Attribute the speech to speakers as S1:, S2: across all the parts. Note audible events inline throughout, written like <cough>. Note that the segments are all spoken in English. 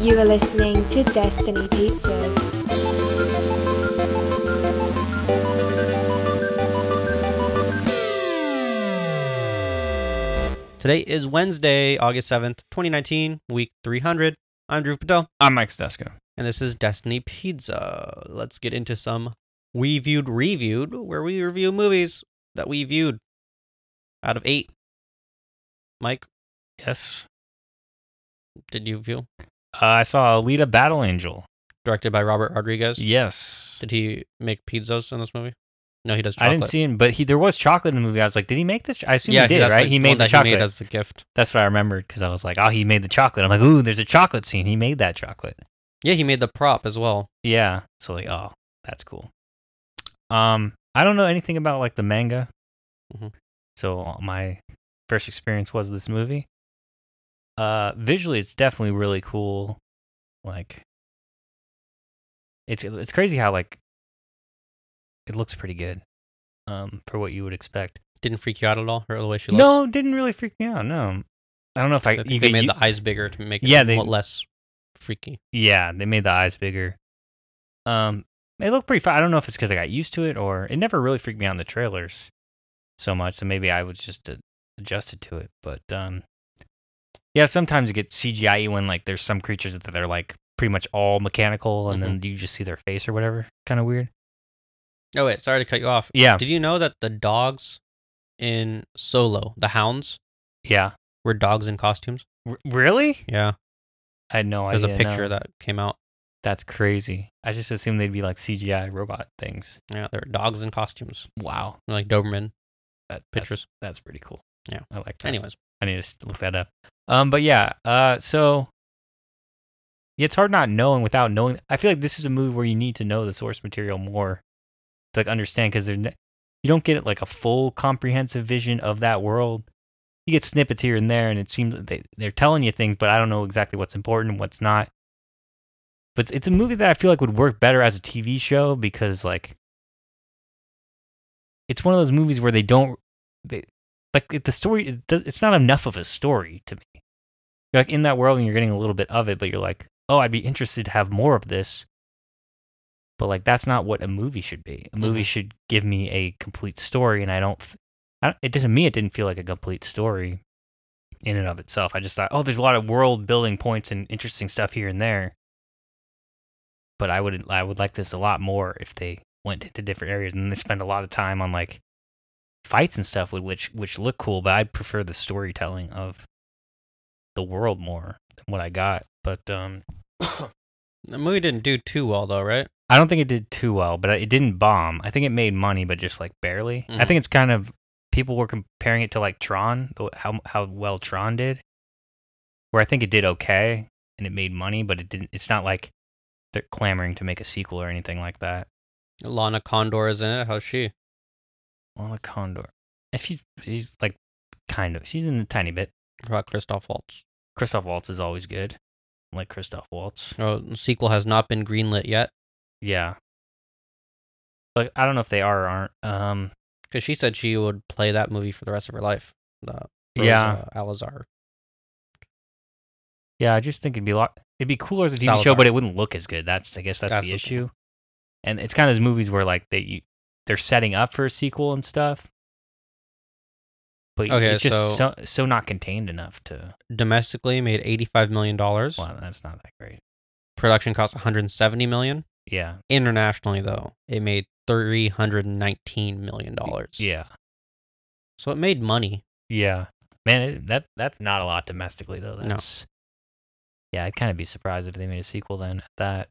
S1: You are listening to Destiny Pizzas.
S2: Today is Wednesday, August 7th, 2019, week 300. I'm Drew Patel,
S3: I'm Mike Stesco.
S2: and this is Destiny Pizza. Let's get into some We Viewed Reviewed, where we review movies that we viewed out of eight. Mike,
S3: Yes.
S2: did you view?
S3: Uh, I saw Alita Battle Angel.
S2: Directed by Robert Rodriguez.
S3: Yes.
S2: Did he make pizzas in this movie? No, he does
S3: I
S2: chocolate.
S3: didn't see him, but he there was chocolate in the movie. I was like, did he make this? ch- I assume he did,
S2: that's
S3: right?
S2: the
S3: he
S2: one
S3: made the
S2: that
S3: chocolate.
S2: He made as the gift.
S3: That's what I remembered because I was like, oh, he made the chocolate. I'm like, ooh, there's a chocolate scene. He made that chocolate.
S2: Yeah, he made the prop as well.
S3: Yeah. So like, oh, that's cool. Um, I don't know anything about like the manga,
S2: Mhm.
S3: so my first experience was this movie. Uh, visually, it's definitely really cool. Like, it's it's crazy how like it looks pretty good. Um, for what you would expect.
S2: Didn't freak you out at all, or the way she looks.
S3: No, it didn't really freak me out. No, I don't know if I,
S2: I think
S3: you
S2: they
S3: could
S2: made
S3: u-
S2: the eyes bigger to make it
S3: Yeah, they-
S2: more- less freaky.
S3: Yeah, they made the eyes bigger. Um, they look pretty fine. I don't know if it's because I got used to it or it never really freaked me out in the trailers so much. So maybe I was just uh, adjusted to it. But um, yeah, sometimes you get CGI when like there's some creatures that are like pretty much all mechanical,
S2: Mm-hmm.
S3: and then you just see their face or whatever. Kind of weird.
S2: Oh wait, sorry to cut you off.
S3: Yeah,
S2: Did you know that the dogs in Solo, the hounds,
S3: yeah.
S2: were dogs in costumes?
S3: R- really?
S2: Yeah,
S3: I had no
S2: there's a
S3: idea.
S2: picture
S3: Oh, no.
S2: that came out.
S3: That's crazy. I just assumed they'd be like CGI robot things.
S2: Yeah, they're dogs in costumes,
S3: Wow,
S2: like Doberman.
S3: that, that's-
S2: Pictures.
S3: That's, pretty cool.
S2: Yeah.
S3: I like that.
S2: Anyways,
S3: I need to s- look that up. Um, but yeah, uh, so yeah, it's hard not knowing without knowing. I feel like this is a movie where you need to know the source material more to like understand because ne- you don't get like a full comprehensive vision of that world. You get snippets here and there, and it seems that they they're telling you things, but I don't know exactly what's important and what's not. But it's- it's a movie that I feel like would work better as a TV show because like it's one of those movies where they don't they like it- the story it do- it's not enough of a story to me you're like in that world and you're getting a little bit of it but you're like oh i'd be interested to have more of this but like that's not what a movie should be a movie
S2: Mhm.
S3: should give me a complete story and i don't, f- I don't it doesn't me it didn't feel like a complete story in and of itself i just thought oh there's a lot of world building points and interesting stuff here and there but i would i would like this a lot more if they went into different areas and they spend a lot of time on like fights and stuff with which which look cool, but I prefer the storytelling of the world more than what I got. But um
S2: the movie didn't do too well though, right?
S3: I don't think it did too well, but it didn't bomb. I think it made money, but just like barely. I
S2: Mhm.
S3: think it's kind of people were comparing it to like Tron, the- how how well Tron did, where I think it did okay and it made money, but it didn't. It's not like they're clamoring to make a sequel or anything like that.
S2: Lana Condor is in it. How's she?
S3: Well, a Condor, if she, she's like kind of, she's in a tiny bit.
S2: What about Christoph Waltz?
S3: Christoph Waltz is always good. I Like Christoph Waltz.
S2: Oh, the sequel has not been greenlit yet
S3: Yeah. But I don't know if they are or aren't. Um
S2: because she said she would play that movie for the rest of her life. The uh, Rosa
S3: Yeah.
S2: Alazar.
S3: yeah, I just think it'd be a lot it'd be cooler as a TV show,
S2: Salazar.
S3: but it wouldn't look as good. That's I guess that's,
S2: That's
S3: the
S2: the
S3: issue. And it's kind of those movies where like they you, they're setting up for a sequel and stuff. But
S2: Okay,
S3: it's just
S2: so-
S3: so so not contained enough to
S2: Domestically made eighty-five million dollars.
S3: Well, that's not that great.
S2: Production cost one hundred seventy million.
S3: Yeah.
S2: internationally though it made 319 million dollars
S3: Yeah.
S2: so it made money
S3: Yeah, man, it, that that's not a lot domestically though. That's yeah, I'd kind of be surprised if they made a sequel then at that.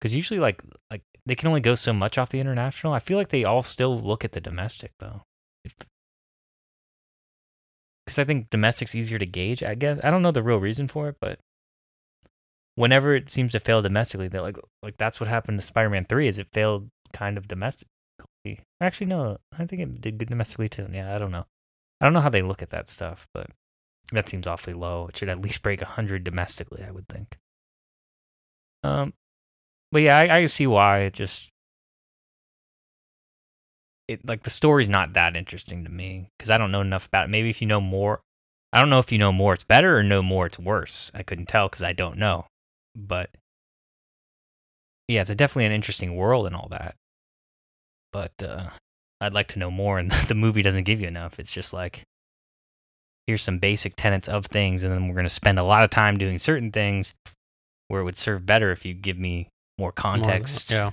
S3: Because usually, like like they can only go so much off the international. I feel like they all still look at the domestic though. Because I think domestic's easier to gauge. I guess I don't know the real reason for it, but whenever it seems to fail domestically, they're like like that's what happened to Spider-Man Three. Is it failed kind of domestically? Actually, no, I think it did good domestically too. Yeah, I don't know. I don't know how they look at that stuff, but that seems awfully low. It should at least break 100 domestically, I would think. Um, but yeah, I, I can see why it just it like the story's not that interesting to me because I don't know enough about it. Maybe if you know more, I don't know if you know more, it's better, or no more, it's worse. I couldn't tell because I don't know. But yeah, it's a definitely an interesting world and all that. But uh, I'd like to know more, and <laughs> the movie doesn't give you enough. It's just like here's some basic tenets of things, and then we're going to spend a lot of time doing certain things where it would serve better if you give me more
S2: More of that,
S3: context.
S2: Yeah.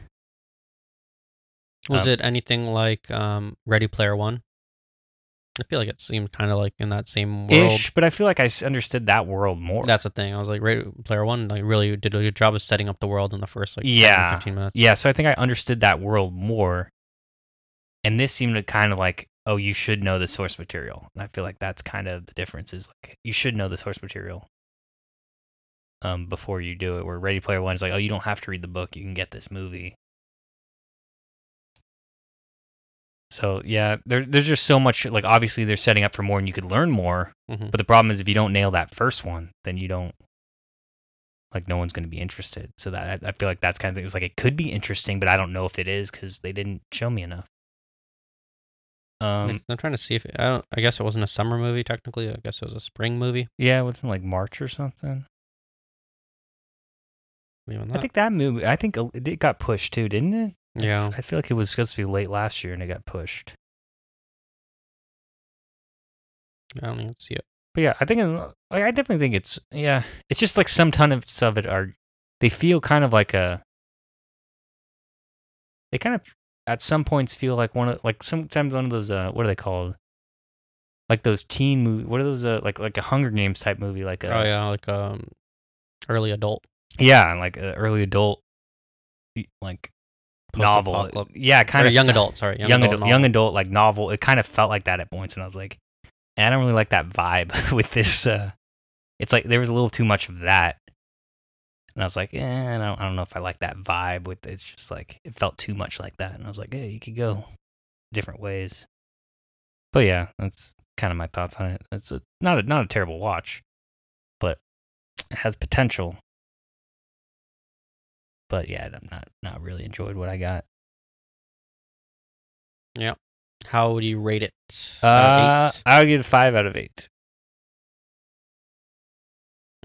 S2: Was
S3: Um,
S2: it anything like um, Ready Player One? I feel like it seemed kind of like in that same world.
S3: Ish, but I feel like I s- understood that world more.
S2: That's the thing. I was like, Ready Player One like really did a good job of setting up the world in the first like 10,
S3: Yeah.
S2: 15 minutes.
S3: yeah, so I think I understood that world more. And this seemed to kind of like, oh, you should know the source material. And I feel like that's kind of the difference is like you should know the source material um, before you do it. Where Ready Player One is like, oh, you don't have to read the book, you can get this movie. So yeah, there, there's just so much like obviously they're setting up for more and you could learn more.
S2: Mhm.
S3: But the problem is if you don't nail that first one, then you don't like no one's going to be interested. So that I, I feel like that's kind of thing. It's like it could be interesting, but I don't know if it is because they didn't show me enough. Um,
S2: Like, I'm trying to see if I don't. I guess it wasn't a summer movie technically. I guess it was a spring movie.
S3: yeah, it was in like March or something.
S2: Even
S3: I
S2: that.
S3: think that movie. I think it it got pushed too, didn't it?
S2: yeah.
S3: I feel like it was supposed to be late last year and it got pushed.
S2: I don't even see it.
S3: But yeah, I think it- like, I definitely think it's yeah. It's just like some ton of of it are they feel kind of like a they kind of at some points feel like one of like sometimes one of those uh what are they called like those teen movie what are those uh, like like a Hunger Games type movie like uh, a
S2: Oh yeah, like um, early adult.
S3: yeah like an early adult like novel
S2: Post-apocalyptic-
S3: yeah kind
S2: or
S3: of
S2: young adult. Sorry, young, adult. novel.
S3: young adult like novel. It kind of felt like that at points, and I was like, and I don't really like that vibe <laughs> with this. Uh, it's like there was a little too much of that, and I was like, eh, I don't, I don't know if I like that vibe. With it's just like it felt too much like that, and I was like, hey, you could go different ways. But yeah, that's kind of my thoughts on it. It's a, not a, not a terrible watch, but it has potential. But yeah, I'm not not really enjoyed what I got.
S2: How would you rate it? Out
S3: Uh,
S2: of eight?
S3: I'll give it five out of eight.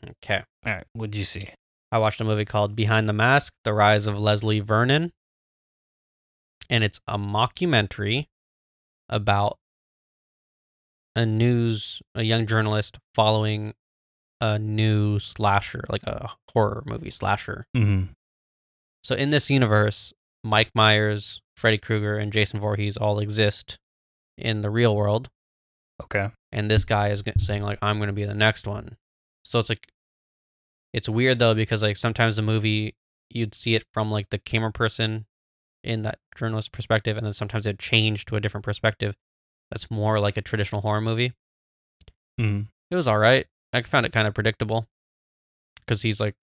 S2: Okay.
S3: All right. What'd you see?
S2: I watched a movie called Behind the Mask: The Rise of Leslie Vernon, and it's a mockumentary about a news a young journalist following a new slasher, like a horror movie slasher.
S3: Mm-hmm.
S2: So in this universe, Mike Myers, Freddy Krueger, and Jason Voorhees all exist in the real world,
S3: Okay.
S2: and this guy is g- saying like, "I'm going to be the next one." So it's like, it's weird though because like sometimes the movie you'd see it from like the camera person in that journalist perspective, and then sometimes it changed to a different perspective that's more like a traditional horror movie.
S3: Mm.
S2: It was all right. I found it kind of predictable because he's like,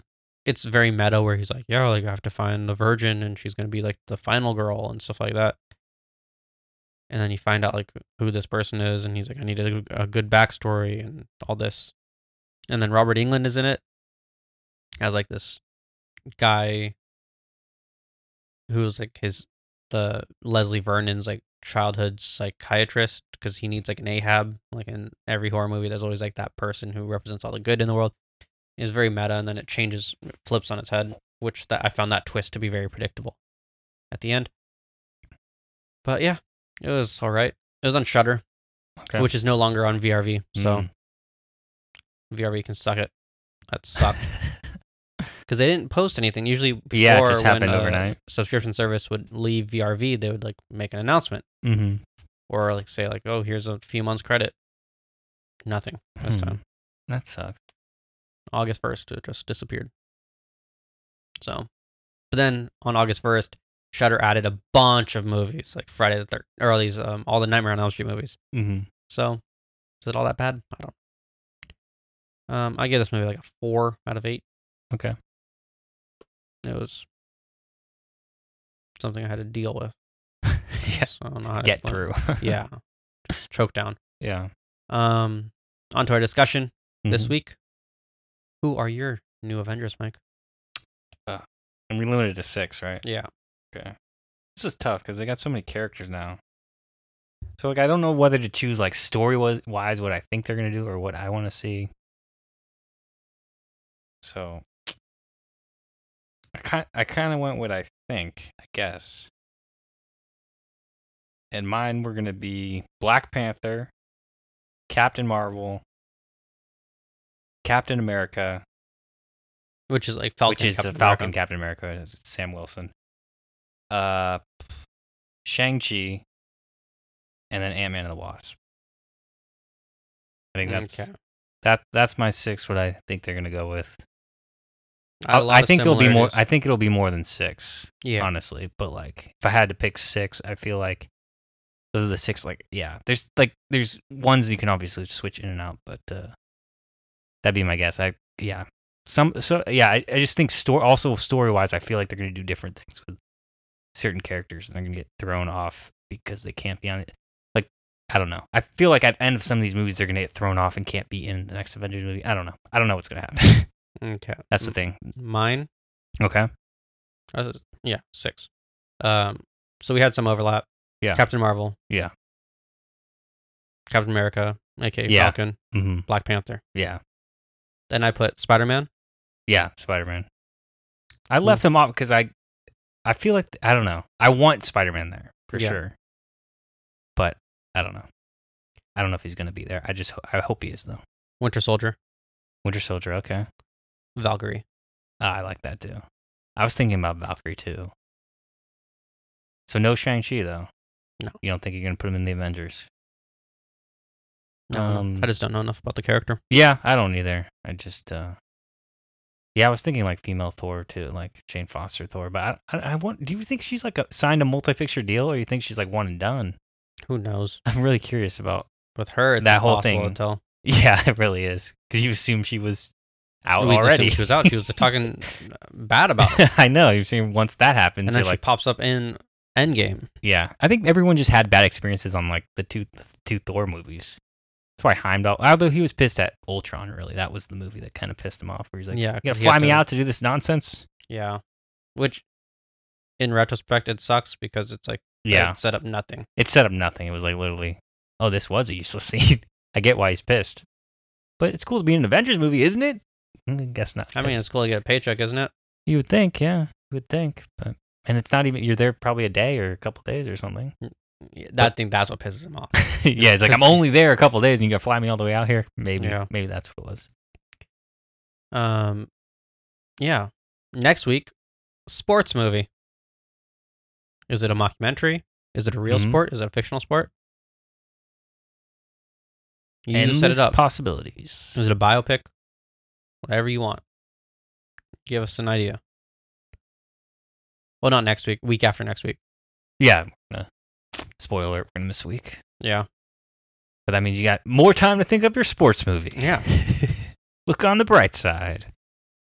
S2: it's very meta where he's like, yeah, like I have to find the virgin and she's gonna be like the final girl and stuff like that. And then you find out like who this person is, and he's like, I need a, a good backstory and all this. And then Robert England is in it as like this guy who's like his the Leslie Vernon's like childhood psychiatrist because he needs like an Ahab. Like in every horror movie, there's always like that person who represents all the good in the world. It's very meta, and then it changes, it flips on its head, which that I found that twist to be very predictable at the end. But yeah, it was all right. It was on Shutter,
S3: Okay.
S2: which is no longer on VRV, so
S3: Mm.
S2: VRV can suck it. That sucked
S3: Mm-hmm.
S2: because they didn't post anything. Usually, before
S3: <laughs> Yeah, it just
S2: when
S3: happened
S2: a
S3: overnight.
S2: Subscription service would leave VRV, they would like make an announcement.
S3: mm-hmm.
S2: or like say like oh here's a few months credit nothing this
S3: Hmm. Mm-hmm.
S2: time
S3: That sucks.
S2: august 1st it just disappeared so but then on august 1st shutter added a bunch of movies like friday the 3rd or all these um, all the nightmare on elm street movies
S3: Mm-hmm.
S2: so is it all that bad i don't um i give this movie like a four out of eight
S3: Okay.
S2: it was something i had to deal with
S3: <laughs> yeah.
S2: so I don't know how to
S3: Get
S2: explain it.
S3: through. <laughs>
S2: yeah just choke down
S3: yeah.
S2: um on to our discussion this
S3: Mhm.
S2: week. Who are your new Avengers, Mike?
S3: And we limited to six, right?
S2: Yeah.
S3: Okay. This is tough because they got so many characters now. So like I don't know whether to choose like story was- wise what I think they're gonna do or what I want to see. So I kind I kind of went what I think I guess. And mine were gonna be Black Panther, Captain Marvel, Captain America,
S2: which is like Falcon.
S3: which is
S2: Captain
S3: the Falcon
S2: America.
S3: Captain America, it's Sam Wilson, uh, Shang Chi, and then Ant Man and the Wasp. I think that's
S2: Okay.
S3: that. That's my six. What I think they're gonna go with.
S2: A
S3: I,
S2: lot
S3: I
S2: of
S3: think it'll be more.
S2: similarities.
S3: I think it'll be more than six,
S2: yeah.
S3: honestly. But like, if I had to pick six, I feel like those are the six. Like, yeah, there's like there's ones you can obviously switch in and out, but uh that'd be my guess. I yeah, some so yeah. I, I just think story also story wise, I feel like they're gonna do different things with certain characters, and they're gonna get thrown off because they can't be on it. Like, I don't know. I feel like at the end of some of these movies, they're gonna get thrown off and can't be in the next Avengers movie. I don't know. I don't know what's gonna happen. <laughs>
S2: Okay.
S3: That's the thing.
S2: Mine.
S3: Okay.
S2: Uh, yeah, six. Um, so we had some overlap.
S3: Yeah.
S2: Captain Marvel.
S3: Yeah.
S2: Captain America, aka
S3: Yeah.
S2: Falcon,
S3: Mm-hmm.
S2: Black Panther.
S3: Yeah.
S2: Then I put Spider Man.
S3: Yeah, Spider Man. I
S2: Hmm.
S3: left him off because I, I feel like I don't know. I want Spider Man there for
S2: Yeah.
S3: sure, but I don't know. I don't know if he's gonna be there. I just ho- I hope he is though.
S2: Winter Soldier,
S3: Winter Soldier, okay.
S2: Valkyrie.
S3: Ah, I like that too. I was thinking about Valkyrie too. So no Shang Chi though.
S2: No.
S3: you don't think you're gonna put him in the Avengers?
S2: I don't know.
S3: Um,
S2: I just don't know enough about the character.
S3: Yeah, I don't either. I just, uh yeah, I was thinking like female Thor too, like Jane Foster Thor. But I, I, I want. Do you think she's like a, signed a multi-picture deal, or you think she's like one and done? <laughs>
S2: Who knows?
S3: I'm really curious about. <laughs>
S2: With her, it's
S3: That whole
S2: impossible
S3: thing
S2: to tell.
S3: Yeah, it really is because you assume she was out
S2: We just
S3: already.
S2: assumed
S3: <laughs>
S2: She was out. She was talking bad about it,
S3: I know. You've seen once that
S2: and
S3: happens,
S2: then
S3: you're
S2: she
S3: like,
S2: pops up in Endgame.
S3: yeah. I think everyone just had bad experiences on like the two two Thor movies. That's why Heimdall. Although he was pissed at Ultron, really, that was the movie that kind of pissed him off. Where he's like,
S2: Yeah,
S3: "You
S2: 'cause
S3: gotta
S2: he had
S3: fly me
S2: to-
S3: out to do this nonsense."
S2: Yeah, which in retrospect it sucks because it's like they
S3: Yeah.
S2: set up nothing.
S3: it set up nothing. It was like literally, oh, this was a useless <laughs> scene. I get why he's pissed, but it's cool to be in an Avengers movie, isn't it? Mm, guess not.
S2: I mean,
S3: Guess-
S2: it's cool to get a paycheck, isn't it?
S3: you would think, yeah, you would think, but and it's not even you're there probably a day or a couple days
S2: <laughs>
S3: or something. <laughs>
S2: Yeah, that I think that's what pisses him off.
S3: yeah, it's like I'm
S2: Cause-
S3: only there a couple days, and you gotta fly me all the way out here. Maybe,
S2: Yeah.
S3: maybe that's what it was.
S2: Um, yeah. Next week, sports movie. Is it a mockumentary? Is it a real
S3: Mhm.
S2: sport? Is it a fictional sport? You set it
S3: Endless
S2: up. Hmm.
S3: Possibilities.
S2: Is it a biopic? Whatever you want. Give us an idea. Well, not next week. Week after next week.
S3: Yeah. uh, spoiler, alert, we're gonna miss a week,
S2: Yeah.
S3: but that means you got more time to think up your sports movie.
S2: Yeah.
S3: <laughs> Look on the bright side.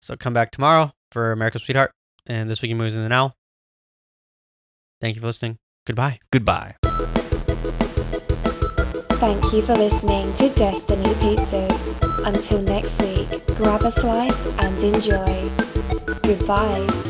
S2: So come back tomorrow for America's Sweetheart and This Week in Movies in the Now. Thank you for listening. Goodbye.
S3: Goodbye.
S1: Thank you for listening to Destiny Pizzas. Until next week, grab a slice and enjoy. Goodbye.